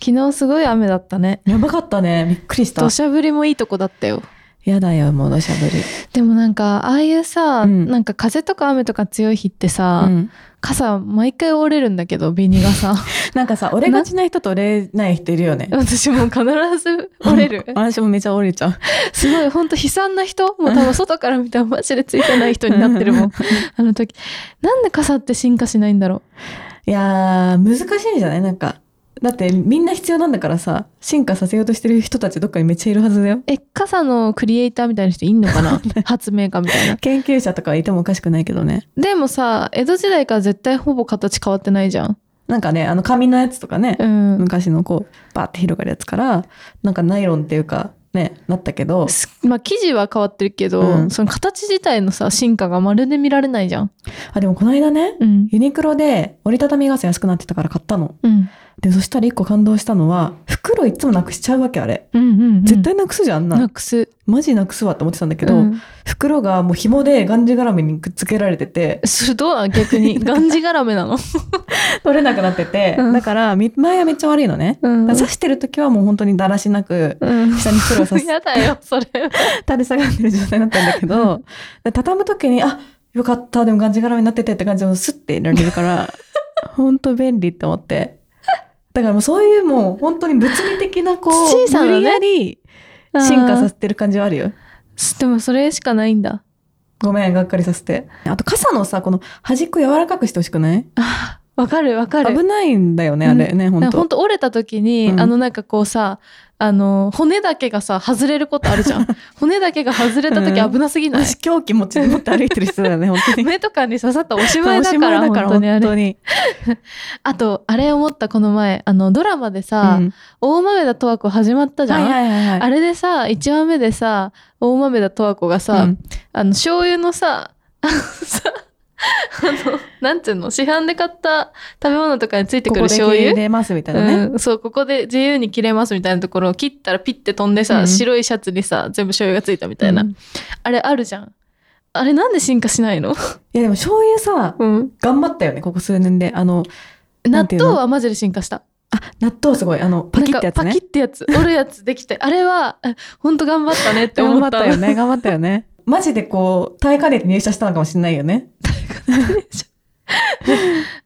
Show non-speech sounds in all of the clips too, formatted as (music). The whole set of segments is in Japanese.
昨日すごい雨だったねやばかったね。びっくりした土。砂降りもいいとこだったよやだよ、もう土砂降り。でもなんかああいうさ、うんなんか風とか雨とか強い日ってさ、うん傘毎回折れるんだけどビニが (laughs) さなんかさ、折れがちな人と折れない人いるよね。私もう必ず折れ (laughs) る私もめちゃ折れちゃう。すごい本当悲惨な人もう多分外から見たらマジでついてない人になってるもん (laughs) あの時なんで傘って進化しないんだろいやー、難しいんじゃないなんか。だってみんな必要なんだからさ、進化させようとしてる人たちどっかにめっちゃいるはずだよ。うえ傘のクリエイターみたいな人いんのか (laughs) な発明家みたいな研究者とかいてもおかしくないけどね。でもさ江戸時代から絶対ほぼ形変わってないじゃんなんかね、あの紙のやつとかね、うん昔のこう、バーって広がるやつから、なんかナイロンっていうか、ね、なったけど、すまあ生地は変わってるけど、うんその形自体のさ進化がまるで見られないじゃんあ、でもこの間ね、うんユニクロで折りたたみ傘安くなってたから買ったの。うんで、そしたら一個感動したのは、袋いつもなくしちゃうわけ、あれ。うんうんうん絶対なくすじゃん、あんな。なんくすマジなくすわって思ってたんだけど、うん袋がもう紐でがんじがらめにくっつけられ (laughs) てて、それどうなん逆 (laughs) にがんじがらめなの、取れなくなってて、うんだから、み前はめっちゃ悪いのね。うんだから刺してる時はもう本当にだらしなく、うん下に袋を刺すやだよそれ垂れ下がってる状態だったんだけど、で畳む時に、あ、よかった、でもがんじがらめになっててって感じをスッて入れ (laughs) られるから、ほんと便利って思って。だからもうそういうもう本当に物理的なこう、小さなね無理やり進化させてる感じはあるよ。せでもそれしかないんだごめん、がっかりさせて。あと傘のさ、この端っこ柔らかくしてほしくないわかるわかる危ないんだよね、あれね、うん本なんか当本当折れた時に、うんあのなんかこうさあの骨だけがさ外れることあるじ (laughs) ゃん骨だけが外れた時うん危なすぎない、私、狂気持ちで持って歩いてる人だよね、本当 (laughs) に。目とかに刺さったらおしまいだからおしまいだ本当にあ本当れに。あとあれ思ったこの前あのドラマでさ、うん大豆田十和子始まったじゃはん、いはいはいはあい。れでさ1話目でさ大豆田十和子がさ、うんあの醤油のさあのさあのなんていうの市販で買った食べ物とかについてこくこるで醤入油れますみたいなね。うん、そうここで自由に切れますみたいなところを切ったらピッて飛んでさ、うん白いシャツにさ全部醤油がついたみたいな、うんいあれあるじゃんあれなんで進化しないの、やでも醤油さ、頑張ったよね、ここ数年で。あの、な納んていうの豆はマジで進化した納豆すごい、あの、パキってやつなんかねパ。キってや (laughs) つ折るやつできてあれはあほんと頑張ったねって思頑張っったたよね、頑張ったよね。マジでこう、耐えかねて入社したのかもしれないよね。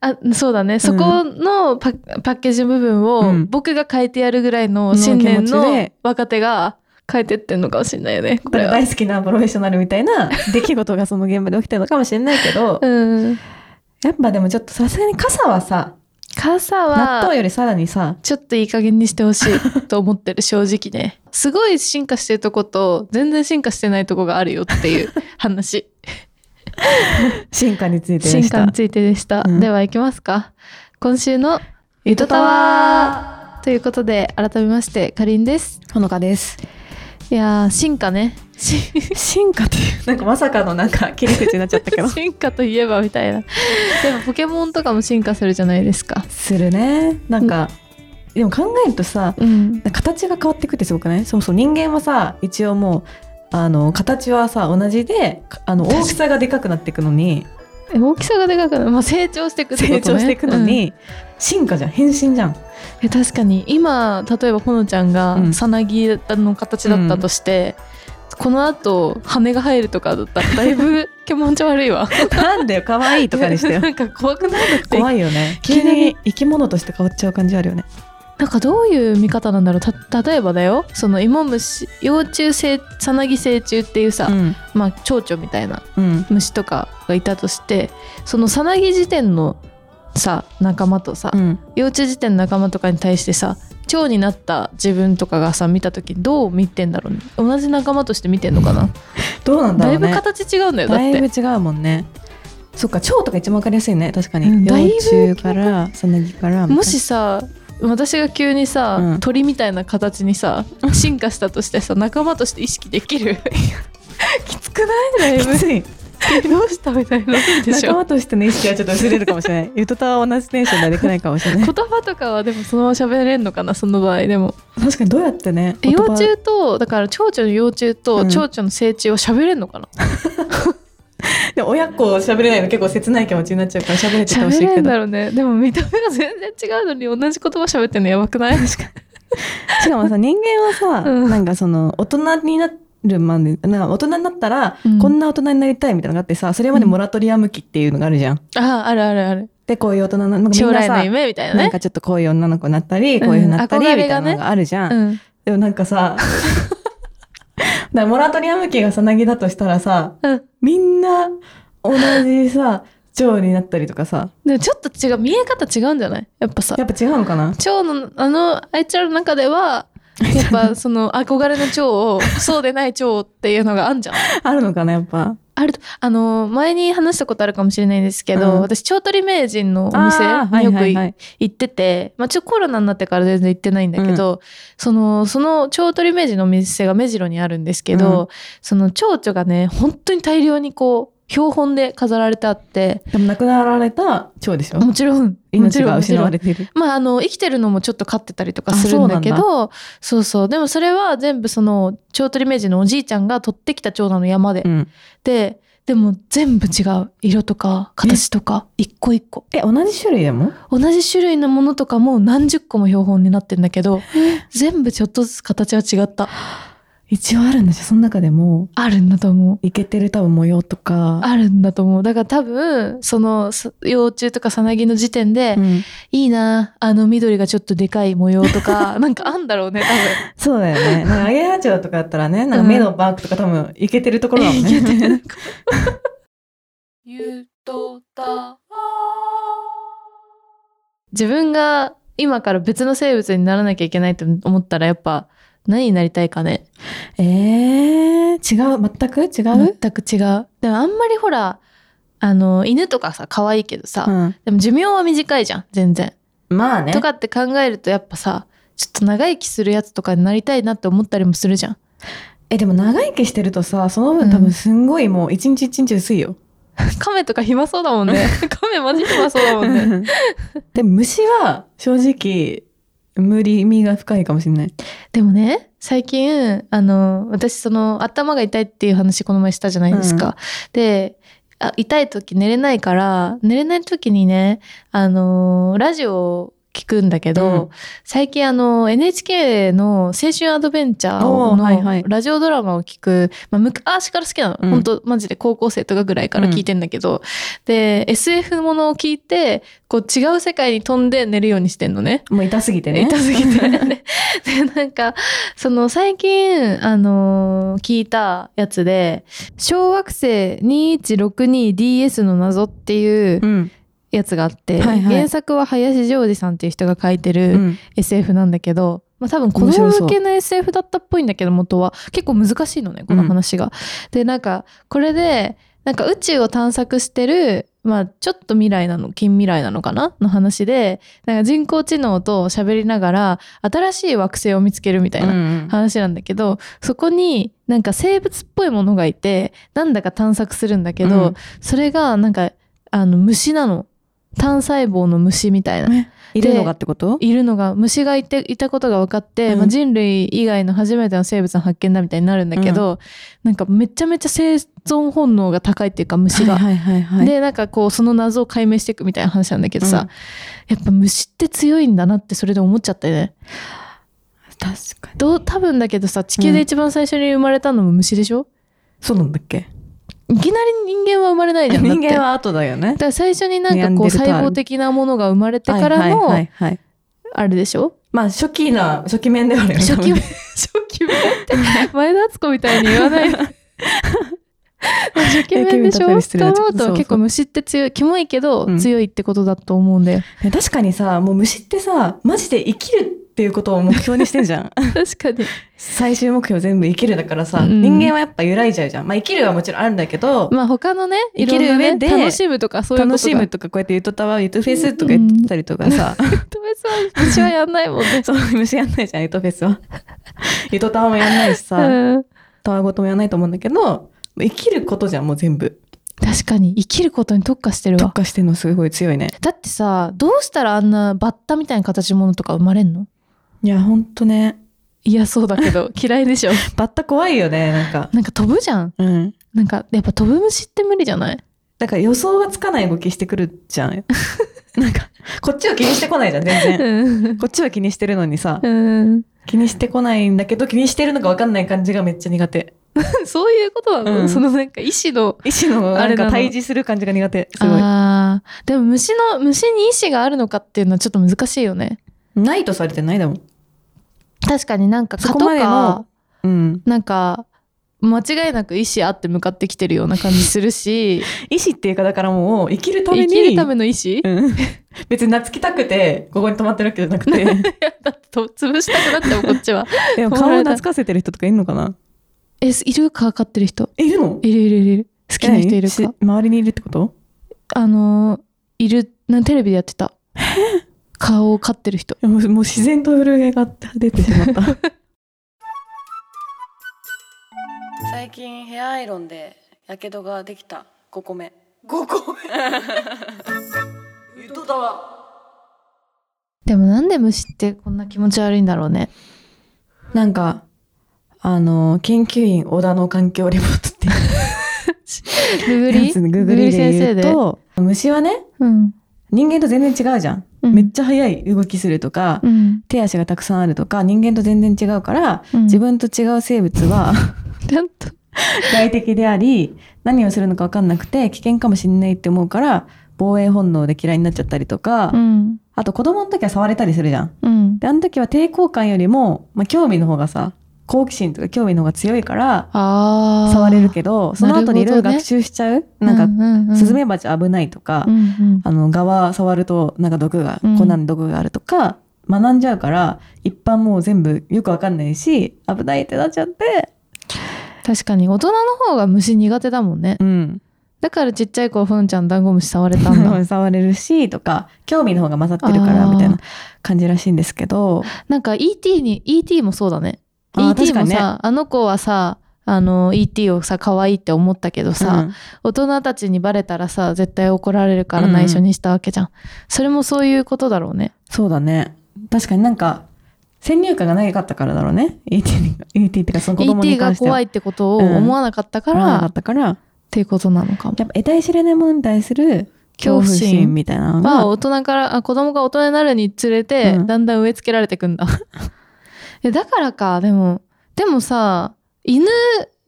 あそうだねそこのパ,、パッケージ部分うをん僕が変えてやるぐらいの新年の気持ちので若手が変えてってんのかもしれないよねこだかれらは。大好きなプロフェッショナルみたい (laughs) な出来事がその現場で起きてるのかもしれないけど、うん、やっぱでもちょっとさすがに傘はさ、傘納は豆よりさらにさ、ちょっといい加減にしてほしいと思ってる正直 (laughs) ねすごい進化してるとこと全然進化してないとこがあるよって (laughs) いう話進化についてで進し化たに。ついてでした、うんでは行きますか今週のゆとたわーということで改めましてかりんですほのかです。いやー進化ね進進化っていう、なんかまさかのなんか切り口になっちゃったけど。進化といえばみたいなでもポケモンとかも進化するじゃないですか (laughs) するね。なんか、でも考えるとさ、うん形が変わっていくってすごくないそもそも人間はさ、一応もう、あの、形はさ、同じで、あの、大きさがでかくなっていくのに、え大きさがでかくなる、まあ、成長していくってこと成ね長していくの、に、進化じゃん、変身じゃん。うんえ確かに今例えばほのちゃんうがんさなぎの形だったとして、このあと羽が生えるとかだったらだいぶ気持ち悪いわ。なんだよ、可愛いとかにしてよ (laughs) なんか怖くないって (laughs) 怖いよね。急に急に生き物として変わっちゃう感じあるよね。なんかどういう見方なんだろうた例えばだよその芋虫幼虫成さなぎ成虫っていうさ、ん。まあ蝶々みたいなうん。虫とかがいたとしてそのさなぎ時点のさ仲間とさ、うん。幼虫時点の仲間とかに対してさ蝶になった自分とかがさ見た時どう見てんだろうね同じ仲間として見てんのかなどうなんだだろういぶね。形違うんだよだっだいぶて違うもんね。そっか、蝶とか一番わかりやすいね。確かに。うんだいぶ幼虫から、さなぎから。もし、さ私が急にさ、うん鳥みたいな形にさ進化したとしてさ仲間として意識でき (laughs) るきつくないだいぶきつい。 (laughs) どうしたみたいになるでし仲ょ間としての意識はちょっと薄れるかもしれない。ゆとたは同じテンションではできないかもしれな言い。葉とかはでもそのまま喋れんのかなその場合でも確かにどうやってね。え言幼葉虫とだから蝶々の幼虫うとん蝶々の成虫は喋れんのかな、でも親子喋れないの結構切ない気持ちになっちゃうから喋れててほし喋いれけんだど。ろうね。でも見た目が全然違うのに同じ言葉喋ってんのやばく (laughs) ない確かに。しかもさ、人間はさ、うんなんかその、大人になるまで、なんか大人になったら、うんこんな大人になりたいみたいなのがあってさ、それまでモラトリアム期っていうのがあるじゃん。ああ、あるあるある。で、こういう大人な、なんかみんなさ将来の夢みたいななんね。かちょっとこういう女の子になったり、こういうふうになったり、うん憧れがねみたいなのがあるじゃん。うん。でもなんかさ、だからモラトリアム期がさなぎだとしたらさ、うん。みんな同じさ、蝶になったりとかさ、でもちょっと違う、見え方違うんじゃないやっぱさや、っぱ違うのかな蝶の、あの、あいつらの中では、 (laughs) やっぱその憧れの蝶を、そうでない蝶っていうのがあんじゃん。 (laughs) あるのかなやっぱ。あると、あの、前に話したことあるかもしれないんですけど、うん私、蝶取り名人のお店あーはにいよくはいいはい行ってて、まあ、ちょ、コロナになってから全然行ってないんだけど、その、その蝶取り名人のお店が目白にあるんですけど、うその蝶々がね、本当に大量にこう、標本で飾られてあって、でも亡くなられた蝶でしょもちろん、もち命ろん、がもち失ろんわれてる。まあ、あの生きてるのもちょっと飼ってたりとかあするんだけそどそうそうでもそれは全部その蝶取り名人のおじいちゃんが取ってきた蝶なの山で、うん。ででも全部違う色とか形とか一個一個え、同じ種類でも同じ種類のものとかも何十個も標本になってんだけど全部ちょっとずつ形は違った一応あるんでしょその中でも、あるんだと思ういけてる多分模様とか。あるんだと思うだから多分そのす幼虫とかさなぎの時点で、うんいいなあの緑がちょっとでかい模様と (laughs) かなんかあんだろうね多分。そうだよ (laughs) ね。なんか、アゲハチョウとかだったらね、なんか目のバークとか多分、いけてるところだもんね。いけて (laughs) るゆとた自分が今から別の生物にならなきゃいけないと思ったらやっぱ何になりたいかねえー、違う、全く違全う、く違うでもあんまりほらあの犬とかさ可愛いけどさ、うんでも寿命は短いじゃん全然まあね。とかって考えるとやっぱさちょっと長生きするやつとかになりたいなって思ったりもするじゃん (laughs) え、でも長生きしてるとさ、そのうん分多分すんごいもう一日一日薄いよ。亀とか暇そうだもんね亀マジ暇そうだもんね (laughs) でも虫は正直、無理味が深いかもしれない。でもね最近あの私その頭が痛いっていう話この前したじゃないですか。であ痛い時寝れないから寝れない時にねあのラジオを聞くんだけど、うん最近あの NHK の「青春アドベンチャーを」おーはいはのいラジオドラマを聞く、まあ、昔から好きなの、うん本当マジで高校生とかぐらいから聞いてんだけど、で SF ものを聞いてこう違う世界に飛んで寝るようにしてんのね。もう痛すぎてね。痛すぎ (laughs) て。で、でなんか、その最近、あのー聞いたやつで、小惑星 2162DS の謎っていううん。やつがあって、はいはい原作は林ジョージさんっていう人が書いてうるん。 SF なんだけど、まあ多分子面白供そう向けの SF だったっぽいんだけど元は結構難しいのねこの話が。でなんかこれでなんか宇宙を探索してる、まあ、ちょっと未来なの近未来なのかなの話でなんか人工知能と喋りながら新しい惑星を見つけるみたいなうん話なんだけど、そこになんか生物っぽいものがいてなんだか探索するんだけど、うんそれがなんかあの虫なの単細胞の虫みたいな。いるのがってこといるのが虫がいていたことが分かって、うんまあ、人類以外の初めての生物の発見だみたいになるんだけど、なんかめちゃめちゃ生存本能が高いっていうか虫が。はいはいはいはい。でなんかこうその謎を解明していくみたいな話なんだけどさ、やっぱ虫って強いんだなってそれで思っちゃってね確かに。どう多分だけどさ地球で一番最初に生まれたのも虫でしょ、そうなんだっけいきなり人間は生まれないじゃんだっ人て間は後だよねだ。から最初になんかネアンデこうルタール細胞的なものが生まれてからの、はいはいはいはい。あれでしょまあ初期な、初期面ではあるよね。初期多面 (laughs) 分初期面って前田敦子みたいに言わ (laughs) ない初期面でしょと初期面だったら失礼だ思うそうそとう結構虫って強いキモいけどうん強いってことだと思うん (laughs) だよ、ね確かにさ、もう虫ってさ、マジで生きるっていうことを目標にしてんじゃ (laughs) ん。確かに最終目標全部生きるだからさ、うん人間はやっぱ揺らいじゃうじゃん。まあ生きるはもちろんあるんだけど、まあ他のねい生ろきんるなね上で楽しむとかそういうことが楽し (laughs) むとかこうやってゆとたわ、ゆとフェスとか言ってたりとかさ、特別は虫はやんないもんね (laughs) そう、虫やんないじゃん、ゆとフェスは。 (laughs) ゆとたわもやんないしさ、うんたわごともやんないと思うんだけど、生きることじゃん、もう全部。確かに生きることに特化してる特わ化してんのすごい強いね。だってさどうしたらあんなバッタみたいな形のものとか生まれんのいや、ほんとね。 (laughs) いやそうだけど嫌いでしょバッタ怖いよね、なんか。なんか飛ぶじゃんうん。なんかやっぱ飛ぶ虫って無理じゃないだから予想がつかない動きしてくるじ (laughs) ゃん。なんか、こっちは気にしてこないじゃん、全然。うんこっちは気にしてるのにさ、うん気にしてこないんだけど、気にしてるのかわかんない感じがめっちゃ苦手。そういうことは、うんそのなんか意志の意志のあなれんなかの対峙する感じが苦手。すごい。あーでも虫の虫に意志があるのかっていうのはちょっと難しいよねないとされてないだもん。確かになんかそ蚊ことまでのかうん。なんか間違いなく意志あって向かってきてるような感じするし意志っていうか、だからもう、生きるため生に。きるための意 (laughs) 志、うん。別に懐きたくて、ここに泊まってるわけじゃなくて。だってと潰したくなってもこっちは (laughs) でも顔を懐かせてる人とかいるのかな (laughs) えいるか飼ってる人いるのいるいるいるいる好きな人いるか何し周りにいるってことあのーいるなんテレビでやって (laughs) た顔を飼ってる人いやもうもう自然と震えが出てしまった (laughs) 最近ヘアアイロンでやけどができた5個目5個目 (laughs) 言っとったわでもなんで虫ってこんな気持ち悪いんだろうねなんかあの研究員小田の環境レポートってググやリつググリで言うと虫はねうん人間と全然違うじゃん、うんめっちゃ速い動きするとか、うん手足がたくさんあるとか人間と全然違うから、うん自分と違う生物はちゃんと外敵であり何をするのか分かんなくて危険かもしんないって思うから防衛本能で嫌いになっちゃったりとか、うんあと子供の時は触れたりするじゃん。うんであの時は抵抗感よりも、まあ、興味の方がさ好奇心とか興味の方が強いからああ触れるけどその後にいろいろなるほどね学習しちゃうな,、んか、んスズメバチ危ないとか、うんうんあのガは触るとなんか毒が、うんこんなん毒があるとか学んじゃうから一般もう全部よくわかんないし危ないってなっちゃって、確かに大人の方が虫苦手だもんねうん、だからちっちゃい頃ふんちゃんダンゴムシ触れた (laughs) んだ触れるしとか興味の方が勝ってるからあーみたいな感じらしいんですけどなんか ET に ET もそうだねあー ET も確かにねさ、あの子はさあの ET をさ可愛いって思ったけどさ、うん大人たちにバレたらさ絶対怒られるからうんうん内緒にしたわけじゃん、それもそういうことだろうねそうだね。確かになんか、先入観が長かったからだろうね。ET に、ET ってかその子供 ET に関がしては。怖いってことを思わなかったかからら、なかっったから、やっていうことなのかもぱ得体知れないものに対する恐怖心みたいなのはが、大人からあ子供が大人になるにつれて、うんだんだん植え付けられてくん (laughs) だえだからかでもでもさ犬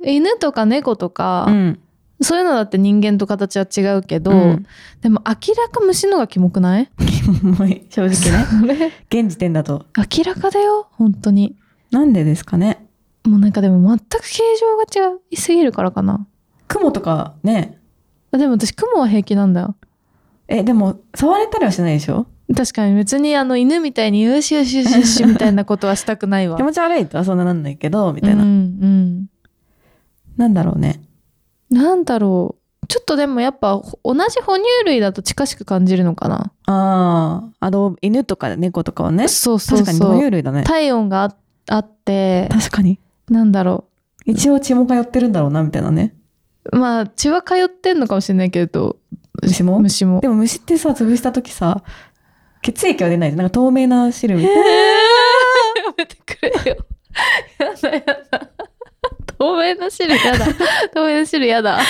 犬とか猫とか、うん。そういうのだって人間と形は違うけど、うん (laughs) でも明らか虫のがキモくないもう正直ね。 (laughs) それ現時点だと。明らかだよ本当になんでですかね。もうなんかでも全く形状が違いすぎるからかな雲とかね。あでも私雲は平気なんだよえ、でも、触れたりはしないでしょ確かに別にあの犬みたいによしよしよしよしみたいなことはしたく (laughs) ないわ気持ち悪いとはそんななんないけど、みたいな。うんうんなんだろうね。なんだろう。ちょっとでもやっぱほ同じ哺乳類だと近しく感じるのかな。ああ、あの、犬とか猫とかはね。そうそう確かにそ哺乳う。類だね。体温がああって、確かに。なんだろ一応血も通ってるんだろうな、みたいなね。う。まあ血は通ってんのかもしれないけど、虫も虫もで。も虫ってさ、潰した時さ、血液は出ないじゃん。なんか透明な (laughs) 汁みたいな。やめてくれよ。やだやだ。 (laughs) 透明な汁やだ。透明な汁やだ。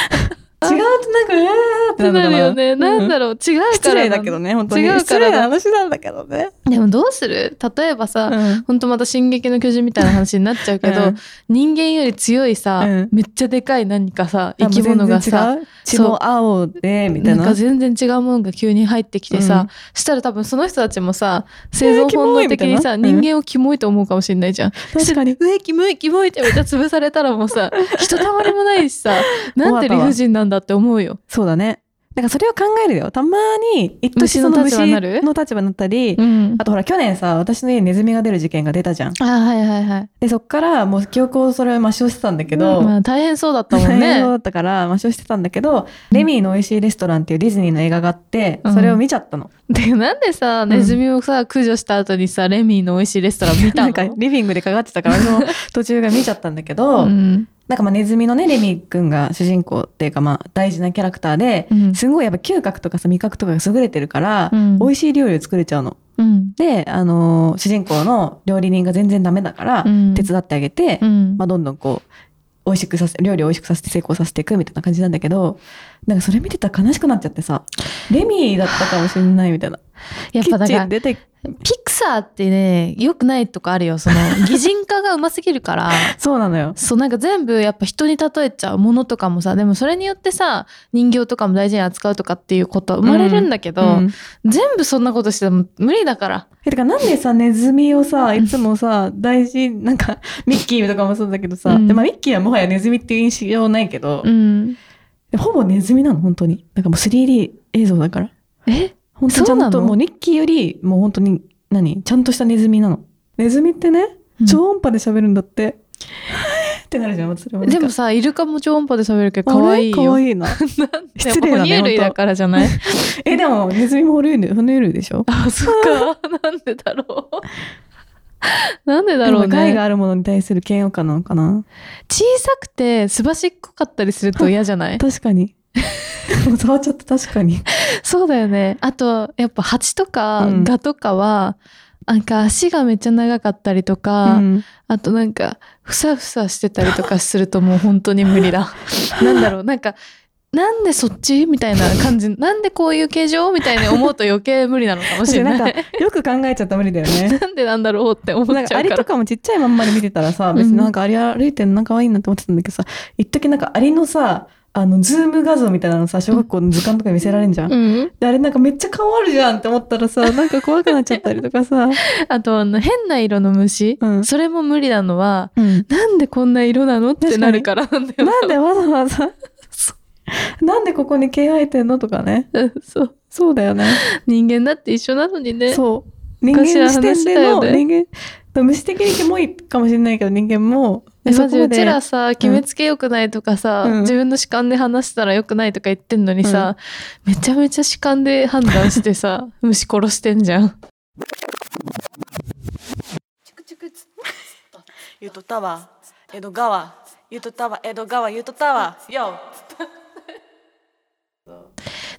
違うとなんか、えーっってなてなるよのかね。なんだろう。違うから。失礼だけど。ね、本当に。違うからだ失礼な話なんだけどね。でもどうする例えばさ、うんほんとまた「進撃の巨人」みたいな話になっちゃうけど、うん人間より強いさ、うんめっちゃでかい何かさ生き物がさ、全然違う血も青で、みなたいんかな。全然違うものが急に入ってきてうさ、んしたら多分その人たちもさ生えー存キモい本能的にさ、みたいな人間をキモいと思うかもしれないじゃん。確かに。上キモいキモいってめっちゃ潰されたらもう (laughs) さひとたまりもないしさなんて理不尽なんだって思うよ。そうだね。なんかそれを考えるよ。たまに、一時虫そのの立虫場になるの立場になったりう、ん、あとほら、去年さ、私の家にネズミが出る事件が出たじゃん。あはいはいはい。で、そっからもう記憶をそれを抹消してたんだけど、まあ、大変そうだったもん内容だね。ったから抹消してたんだけど、レミーの美味しいレストランっていうディズニーの映画があって、うんそれを見ちゃったの。でなんでさネズミをさ駆除した後にさレミーの美味しいレストラン見たなのんかリビングでかかって (laughs) たから、その途中が見ちゃったんだけど、うんなんかまあネズミのね、レミーくんが主人公っていうかまあ大事なキャラクターで、うんすごいやっぱ嗅覚とかさ味覚とかが優れてるから、うん美味しい料理を作れちゃうの。うんで、あのー主人公の料理人が全然ダメだから、うん手伝ってあげて、うんまあどんどんこう、美味しくさせ、料理を美味しくさせて成功させていくみたいな感じなんだけど、なんかそれ見てたら悲しくなっちゃってさ、レミーだったかもしれないみたいな。やっぱだかキッチらン出て、ピクサーってね良くないとこあるよ (laughs) その擬人化がうますぎるからそうなのよ。そうなんか全部やっぱ人に例えちゃうものとかもさでもそれによってさ人形とかも大事に扱うとかっていうことは生まれるんだけど、うん全部そんなことしても無理だからえ、てかなんでさ、ネズミをさ、いつもさ、大事、なんか、ミッキーとかもそうだけどさ、うんでまあミッキーはもはやネズミっていう印象ないけど、うんほぼネズミなの、本当に。なんかもう 3D 映像だから。え本当にちゃそうなんと、のもうミッキーより、もう本当に、何ちゃんとしたネズミなの。ネズミってね、うん超音波で喋るんだって。 (laughs) ってなるじゃん、それもなんか。でもさイルカも超音波で喋るけどあれ、可愛い可よ愛 (laughs) いな。失礼だね哺乳類だからじゃないえ、でも、ネズミも哺乳類哺乳類でしょあそっか (laughs) なんでだろうなんでだろうでも害ねがあるものに対する嫌悪感なのかな小さくてすばしっこかったりすると嫌じゃない確かに。 (laughs) もう触っちゃった、確かに。 (laughs) そうだよね。あと、やっぱ蜂とかうんガとかは、なんか足がめっちゃ長かったりとか、うんあとなんか、ふさふさしてたりとかするともう本当に無理 (laughs) だ。なんだろう、なんか、なんでそっちみたいな感じ。なんでこういう形状みたいに思うと余計無理なのかもしれ確なかにい。なんか、よく考えちゃったら無理だよ (laughs) ね。なんでなんだろうって思っちゃなうんか。からアリとかもちっちゃいまんまで見てたらさ、うん別になんかアリ歩いてるの可愛いなって思ってたんだけどさ、一時なんかアリのさ、あの、ズーム画像みたいなのさ、小学校の図鑑とかに見せられんじゃん。うん、で、あれなんかめっちゃ顔あるじゃんって思った (laughs) らさ、なんか怖くなっちゃったりとかさ。あとあの変な色の虫、うんそれも無理なのはうん。なんでこんな色なのってなるからなんだよなんでわざわざ、 (laughs) なんでここに毛生えてんのとかね。で (laughs) そうそうだよね。人間だって一緒なのにねそう。人間昔は視点での、話したよね人間、虫的にキモいかもしれないけど人間も、えマジまうちらさ決めつけよくないとかさ、うん自分の主観で話したらよくないとか言ってんのにさ、めちゃめちゃ主観で判断して (laughs) さ虫殺してんじゃんチクチクつ。ゆとたわ、江戸川、ゆとたわ、江戸川、ゆとたわ、よ。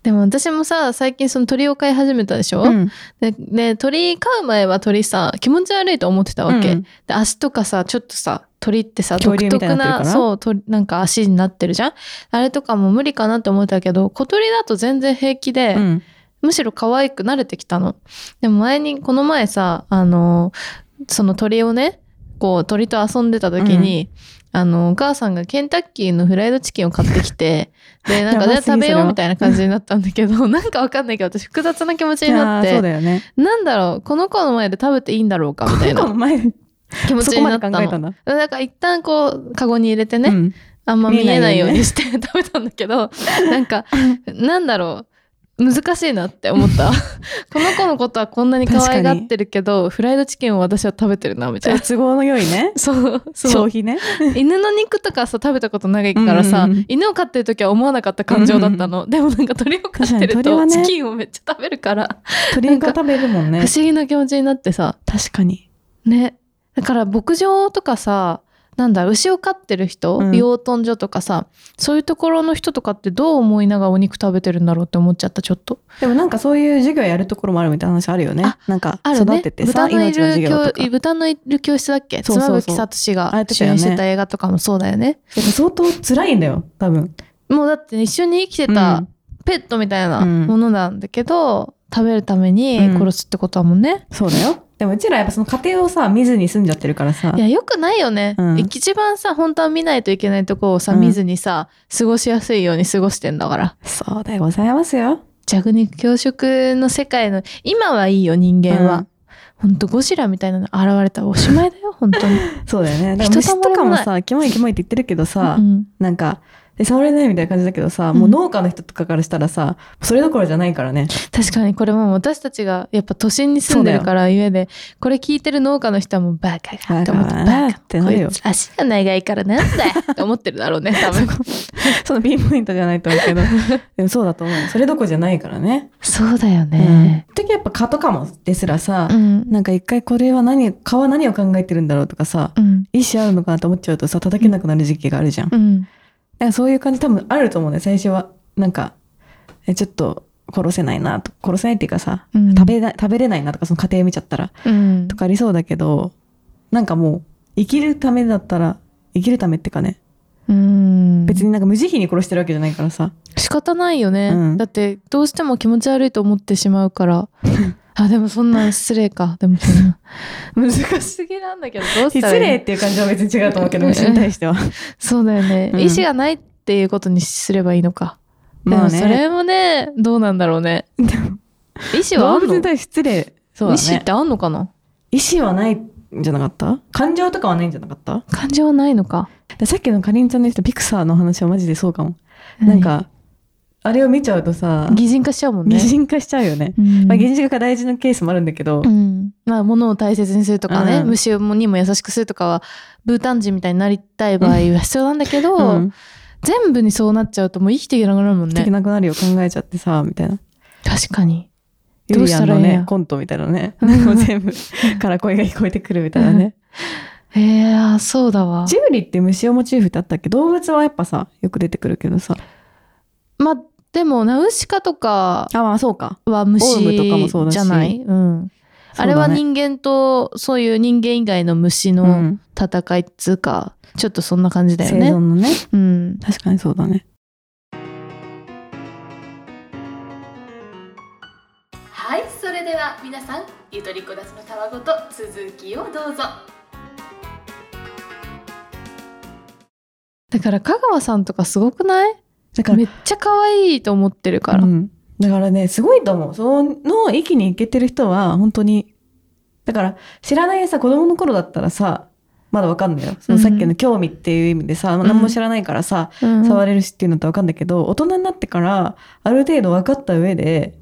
でも私もさ最近その鳥を飼い始めたでしょ、うんでで鳥飼う前は鳥さ気持ち悪いと思ってたわけ、うんで足とかさちょっとさ鳥ってさ恐独竜みたい特になってなるからそう鳥なんか足になってるじゃんあれとかも無理かなって思ってたけど小鳥だと全然平気で、うん。むしろ可愛く慣れてきたの。でも前にこの前さあのその鳥をねこう鳥と遊んでた時に、あのお母さんがケンタッキーのフライドチキンを買ってきて (laughs) でなんかやばじすゃぎあ食べそれようはみたいな感じになったんだけど (laughs) なんかわかんないけど私複雑な気持ちになっいやーそうてだよね。なんだろうこの子の前で食べていいんだろうかみたいこなの前に気持ちそこになまっでた考えたの。んだ。なんか一旦こうカゴに入れてね、うんあんま見見えないえないようようににして食べたんだけど、 (laughs) なんか、なんだろう、難しいなって思 (laughs) った。この子のことはこんなに可愛がってるけど、フライドチキンを私は食べてるな、みじたいゃあな。都合の良いね。そう、消そう。費 (laughs) ね。犬の肉とかさ、食べたことないからさ、うんうんうん犬を飼ってる時は思わなかった感情だったの。でもなんか鳥を飼ってる確かに鳥と、はねチキンをめっちゃ食べるから、鶏が食べるもん不ね思。議な気持ちになってさ、確かに。ね。だから牧場とかさ、なんだ、牛を飼ってる人、うん養豚所とかさ、そういうところの人とかってどう思いながらお肉食べてるんだろうって思っちゃった、ちょっと。でもなんかそういう授業やるところもあるみたいな話あるよねあ。なんかある育ね。ててさ、豚のい命の授る業とか教。豚のいる教室だっけそうそうそう妻夫木聡あやがって主たよ演ねしてた映画とかもそうだよね。だから相当辛いんだよ、多分。もうだってね一緒に生きてうたんペットみたいなうんものなんだけど、食べるために殺すってことはもんね。そうだよ。でもうちらやっぱその家庭をさ、見ずに住んじゃってるからさい。や、よくないよね、うん一番さ、本当は見ないといけないとこをさ、うん見ずにさ、過ごしやすいように過ごしてんだから。そうでございますよ。弱肉強食の世界の、今はいいよ、人間うはん。ほんと、ゴジラみたいなの現れたらおしまいだよ、本当に。そうだよね。だから人たまら虫ないとかもさ、キモいキモいって言ってるけどさう、んなんか、え触れないみたいな感じだけどさ、もう農家の人とかからしたらさ、それどころじゃないからね。確かにこれも私たちがやっぱ都心に住んでるからゆえで、これ聞いてる農家の人はもうバカがって思って、バカバがカってなるよこいつ足が長いからなんだよって思ってるだろう (laughs) ね、多分。そのピンポイントじゃないと思うけ (laughs) ど。でもそうだと思う。それどころじゃないからね。そうだようんね。。時やっぱ蚊とかもですらさ、うん。なんか一回これは何、蚊は何を考えてるんだろうとかさ、うん。意思あるのかなと思っちゃうとさ、叩けなくなる時期があるじゃん。うん。なんかそういう感じ多分あると思うね、最初は。なんか、えちょっと殺せないなと、殺せないっていうかさ、うん食べな食べれないなとか、その家庭見ちゃったら、うんと。かありそうだけど、なんかもう、生きるためだったら、生きるためっていうかね、うん別になんか無慈悲に殺してるわけじゃないからさ。仕方ないよね、うんだってどうしても気持ち悪いと思ってしまうから (laughs) あでもそんなん失礼かでもそんな難しすぎなんだけどどうし失たらいい礼っていう感じは別に違うと思うけど、虫に対しては。そうだよね、うん意思がないっていうことにすればいいのか、まあでもそね。れもねどうなんだろうねでも意思はあ動ん物の、に対して失礼。意そうだ思ね。ってあんのかな意思はないんじゃなかった感情とかはないんじゃなかった感情はないのかでさっきのかりんちゃんの言ってたピクサーの話はマジでそうかも。なんか、あれを見ちゃうとさ、擬人化しちゃうもんね擬人化しちゃうよね。うんまあ、擬人化が大事なケースもあるんだけど、うんまあ、物を大切にするとかね、うん虫にも優しくするとかはブータン人みたいになりたい場合は必要なんだけど、うん、全部にそうなっちゃうともう生きていけなくなるもんできねなくなるよ、考えちゃってさ、みたいな。確かにどユうリしアたンらいのいんやね、コントみたいなね。なんか全 (laughs) 部から声が聞こえてくるみたいなね。へえあそうだわジュリって虫をモチーフってあったっけ動物はやっぱさ、よく出てくるけどさ。まあでもナウシカとかあ、まあそうか。はオウムとかもそう虫だしじゃない、うんあれは人間とそういう人間以外の虫間の戦いっつうか、ちょっとそんな感じだよ生存ね。のね。うん、確かにそうだね。はい、それでは皆さん、ゆとりこだすのたわごと続きをどうぞ。だから香川さんとかすごくないだからめっちゃ可愛いと思ってるから。うん、だからねすごいと思うその域に行けてる人は本当にだから知らないさ子供の頃だったらさまだわかんないよそのさっきの興味っていう意味でさ、ん何も知らないからさ、うん触れるしっていうのってわかんないけど大人になってからある程度分かった上で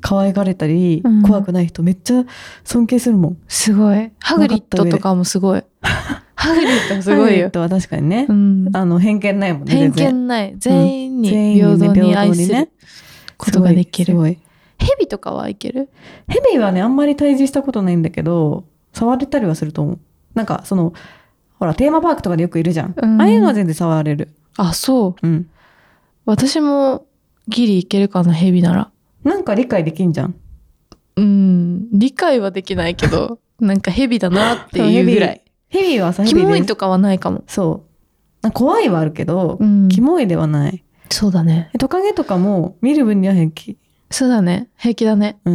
可愛がれたり、うん怖くない人めっちゃ尊敬するもんすごい。ハグリットとかもすごい。ハグリットすごハリいウッよ。ドは確かにね、うん、あの偏見ないもんね偏全然見ない。全員に全平員ね等に愛平す等にることができする。ごいすごいヘビとかはいけるヘビはね、あんまり対峙したことないんだけど、触れたりはすると思う。なんか、その、ほら、テーマパークとかでよくいるじゃん。うんああいうのは全然触れる。あ、そう。うん。私もギリいけるかな、ヘビなら。なんか理解できんじゃん。うん、理解はできないけ (laughs) ど、なんかヘビだなってそうヘいうビぐらい。ヘビはさ、ヘキビモでいとかはないかも。そう。なんか怖いはあるけど、うん、キモいではない。そうだね。トカゲとかも見る分には平気。そうだね。平気だね。うん。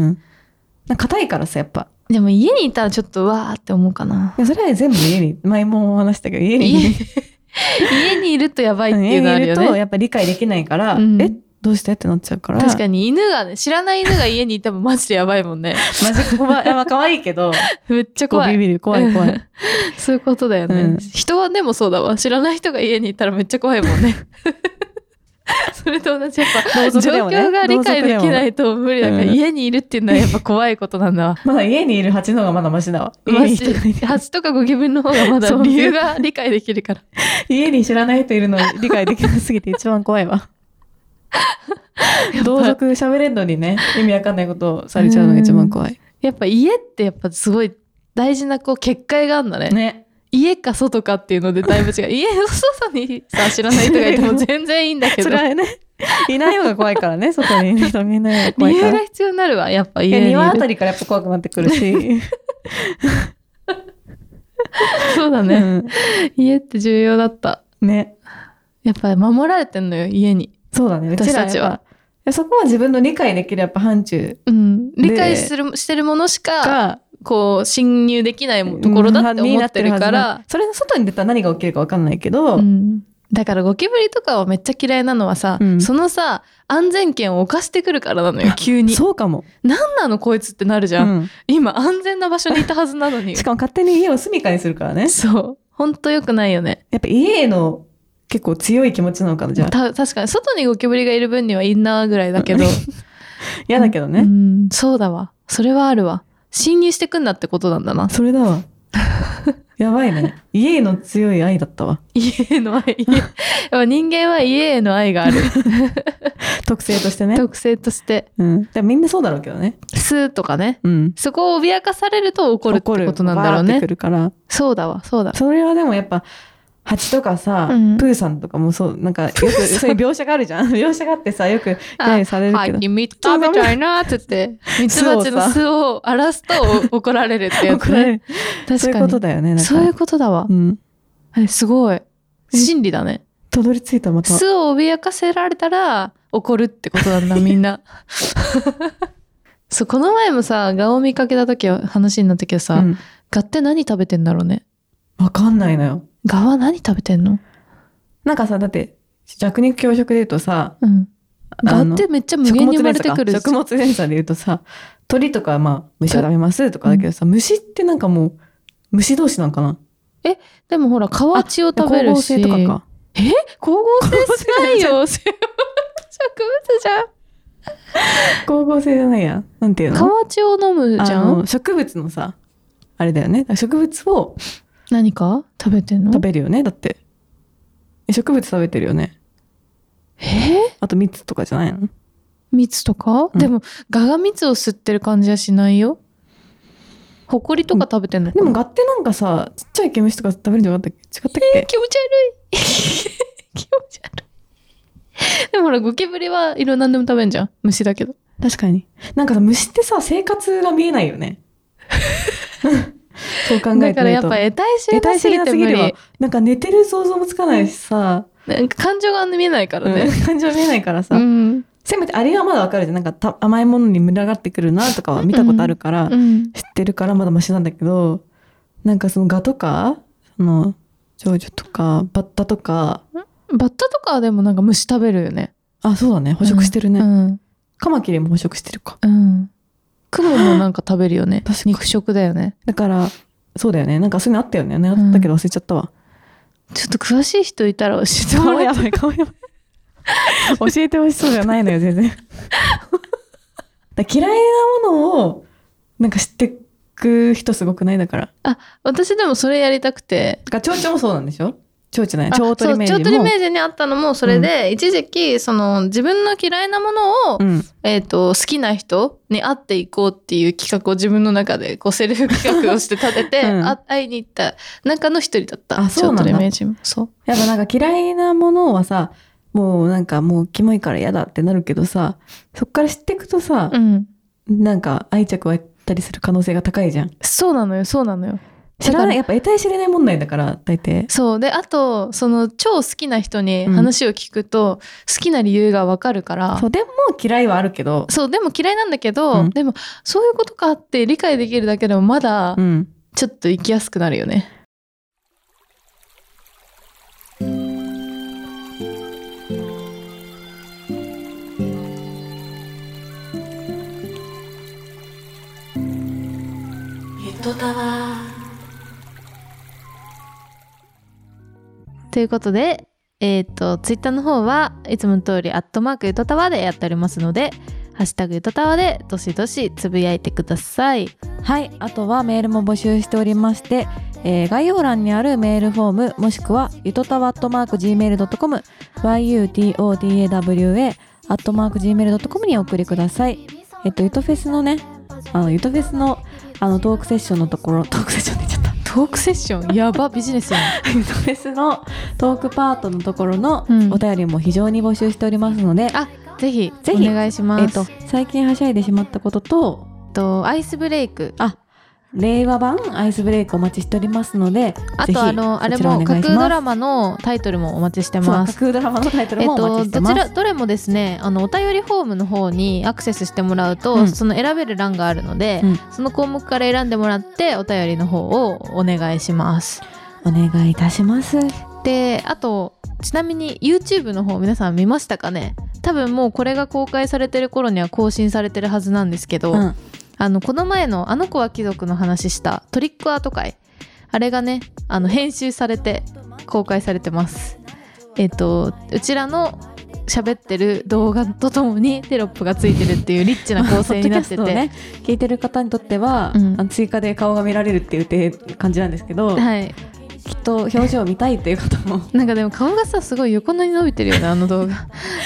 なんか硬いからさ、やっぱ。でも家にいたらちょっとうわーって思うかな。いやそれは全部家に、前もお話したけど、家に、家 (laughs) 家にいるとやばいっていうのあ (laughs) 家にるいるよと、ね。やっぱ理解できないから、うんえ、どうしてってなっちゃうから。確かに犬がね、知らない犬が家にいてもマジでやばいもんね。 (laughs) マジ怖い。いやまあ可愛いけど、めっちゃこう (laughs) 怖ビい。ビる。怖い怖い。そういうことだよね、うん人はでもそうだわ。知らない人が家にいたらめっちゃ怖いもん (laughs) ね。それ (laughs) と同じやっぱ、同状族でもね況が理解できないと無理だから、同族でもね家にいるっていうのはやっぱ怖いことなんだわ。まだ家にいる蜂の方がまだマシだわ。家マにジ人がいて蜂とかゴキブリの方がまだそう理由が理解できるから。家に知らない人いるの理解できなすぎて一番怖い (laughs) わ。同族喋れんのにね、意味わかんないことをされちゃうのが一番怖い。やっぱ家ってやっぱすごい大事なこう結界があるんだね。ね。家か外かっていうのでだいぶ違 (laughs) う。家の外にさ、知らない人がいても全然いいんだけそどれ。はね、いない方が怖いから (laughs) ね、外にいる人がいない方が怖理いか由らが。必要になるわ、やっぱい家やにいる。庭あたりからやっぱ怖くなってくるし。そうだうね。ん (laughs) 家って重要だった。ね。やっぱ守られてんのよ、家に。そうだね、うち私らたやっちぱはいやそこは自分の理解できるやっぱ範疇うん。理解する、してるものしか、が、こう、侵入できないところだって思ってるかうらん。。それの外に出たら何が起きるかわかんないけど、うん。だからゴキブリとかはめっちゃ嫌いなのはさ、うんそのさ、安全圏を犯してくるからな (laughs) のよ、急に。そうかも。なんなのこいつってなるじゃん。うん今、安全な場所にいたはずなのに (laughs) し。かも勝手に家を住みかにするからね。そう。ほんと良くないよね。やっぱ家への結構強い気持ちなのかな、じゃあ。た確かに外にゴキブリがいる分にはインナーぐらいだ (laughs) けど、嫌だけどね。うんそうだわそれはあるわ侵入してくんなってことなんだな (laughs) それだ (laughs) わ。やばいね。家への強い愛だったわ。家への (laughs) 愛家やっぱ人間は家への愛がある特性としてね。特性としてうん。でもみんなそうだろうけどね。スとかねうん。そこを脅かされると怒るってことなんだろうバーってねくるから。そうだわそうだそれはでもやっぱ、蜂とかさ、うんプーさんとかもそう、なんかよく、そういう描写があるじ (laughs) ゃん。描写があってさ、よく、揶揄されるはけどい、。見つ食べたいなーって言 (laughs) って、ミツバチの巣を荒らすと怒られるってやつ (laughs) 怒られねる。確そういうかこにと。だよね。だからそういうことだわう。ん。えすごい。真理だね。たどり着いたまた巣を脅かせられたら怒るってことなんだ (laughs) みんなそうこの前もさガを見かけた時話になったけどさ、うんガって何食べてんだろうねわかんないのよガは何食べてんのなんかさだって弱肉強食で言うとさうんガあのってめっちゃ無限に生まれてくる食物連鎖で言うとさ鳥とかはまあ虫は食べますとかだけどさ、虫ってなんかもう虫同士なんかなでもほらあ皮血を食べるし光合成とかか光合成しないよ (laughs) 植物じゃん光合成じゃないやなんていうの皮血を飲むじゃあんの植物のさあれだよね植物を何か食べてんの食べるよねだってえ植物食べてるよねえーあと蜜とかじゃないの蜜とか、うんでもガが蜜を吸ってる感じはしないよほこりとか食べてんのかでな、もガってなんかさちっちゃい毛虫とか食べるんじゃなかったっけ違ったっけ、気持ち悪い (laughs) 気持ち悪いでもほらゴキブリはいろ何でも食べんじゃん虫だけど確かになんかさ虫ってさ生活が見えない (laughs) よねそう考えてみだるとからやっぱ得体知れなすぎて無得体知れな理すなんか寝てる想像もつかないしさ、なんか感情が見えないからうね、ん感情見えないからさ、うんせめてあれはまだわかるじゃんなんかた甘いものに群がってくるなとかは見たことあるから、うん、知ってるからまだマシなんだけどなんかそのガとかその長女とかバッタとかバッタとかはでもなんか虫食べるよねあそうだね捕食してるね、うんカマキリも捕食してるかうんクモもなんか食べるよね (laughs) 確かに肉食だよねだからそうだよねなんかそういうのあったよねあったけど忘れちゃったわ、ちょっと詳しい人いたら教えても顔らえやばい (laughs) 顔やばい教えてほしそうじゃないのよ全然だから嫌いなものをなんか知ってく人すごくないだから私でもそれやりたくてだから蝶々もそうなんでしょ蝶々ないあ蝶そ々う名蝶人も取り名人にあったのもそれで、一時期その自分の嫌いなものを、うんえー、と好きな人に会っていこうっていう企画を自分の中でこうセルフ企画をして立てて、 (laughs) うんあ会いに行った中の一人だったあそうなんだ蝶取り名人もそうやっぱなんか嫌いなものはさもうなんかもうキモいから嫌だってなるけどさそっから知っていくとさう、んなんか愛着湧いたりする可能性が高いじゃんそうなのよそうなのよ知だらかならいやっぱ得体知れない問題だから大抵そうであとその超好きな人に話を聞くと、好きな理由がわかるからそうでも嫌いはあるけどそうでも嫌いなんだけど、うんでもそういうことかって理解できるだけでもまだうんちょっと生きやすくなるよね。ゆとたわということで、えっ、と、ツイッターの方はいつもの通り、アットマークゆとたわでやっておりますので、ハッシュタグゆとたわでどしどしつぶやいてください。はいあとはメールも募集しておりまして、えー概要欄にあるメールフォームもしくはゆとたわ @gmail.com yutotawa @gmail.com にお送りくださいえっとゆとフェスのねあのゆとフェスのあのトークセッションのところトークセッション出ちゃった (laughs) トークセッション、やば、ビジネスやん。ゆとフェスのトークパートのところのうんお便りも非常に募集しておりますので、あぜひ、ぜひお願いします。ええっっとと、最近はしゃいでしまったこととアイスブレイク。あ令和版アイスブレイクお待ちしておりますのであぜひと、あの、あれも、そちらお願架いし空ますドラマのタイトルもお待ちしてそうます架。空ドラマのタイトルえもっお待ちと、してどます、ちらどれもですねあのお便りフォームの方にアクセスしてもらうと、うんその選べる欄があるので、うんその項目から選んでもらってお便りの方をお願いします。お願いいたしますであとちなみに YouTube の方皆さん見ましたかね多分もうこれが公開されてる頃には更新されてるはずなんですけど、うんあのこの前の「あの子は貴族」の話したトリックアート会あれがねあの編集されて公開されてますえっ、とうちらの喋ってる動画とともにテロップがついてるっていうリッチな構成になってて、ポッドキャストをね、聞いてる方にとっては、うんあの追加で顔が見られるっていうて感じなんですけど、はいきっと表情を見たいっていう方もなんかでも顔がさすごい横に伸びてるよねあの動 (laughs) 画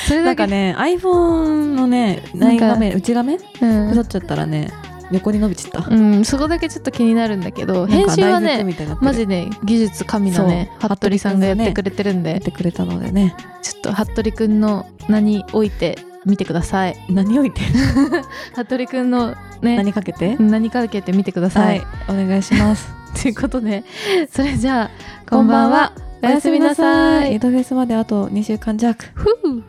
それなだんけかね iPhone のねなん内か画面内画面うん撮っちゃったらね横に伸びちゃった、うん、そこだけちょっと気になるんだけどなん編か集は大仏ねみたいになってるマジで技術神のねそう服部さんがやってくれてるんで、やってくれたのでねちょっと服部くんの名に置いて見てください何を言って服部くんのね何かけて、何かけてみてくださ、はいいお願いしますということでそれじゃあこんばんはおやすみなさい江戸フェスまであと2週間弱。ふう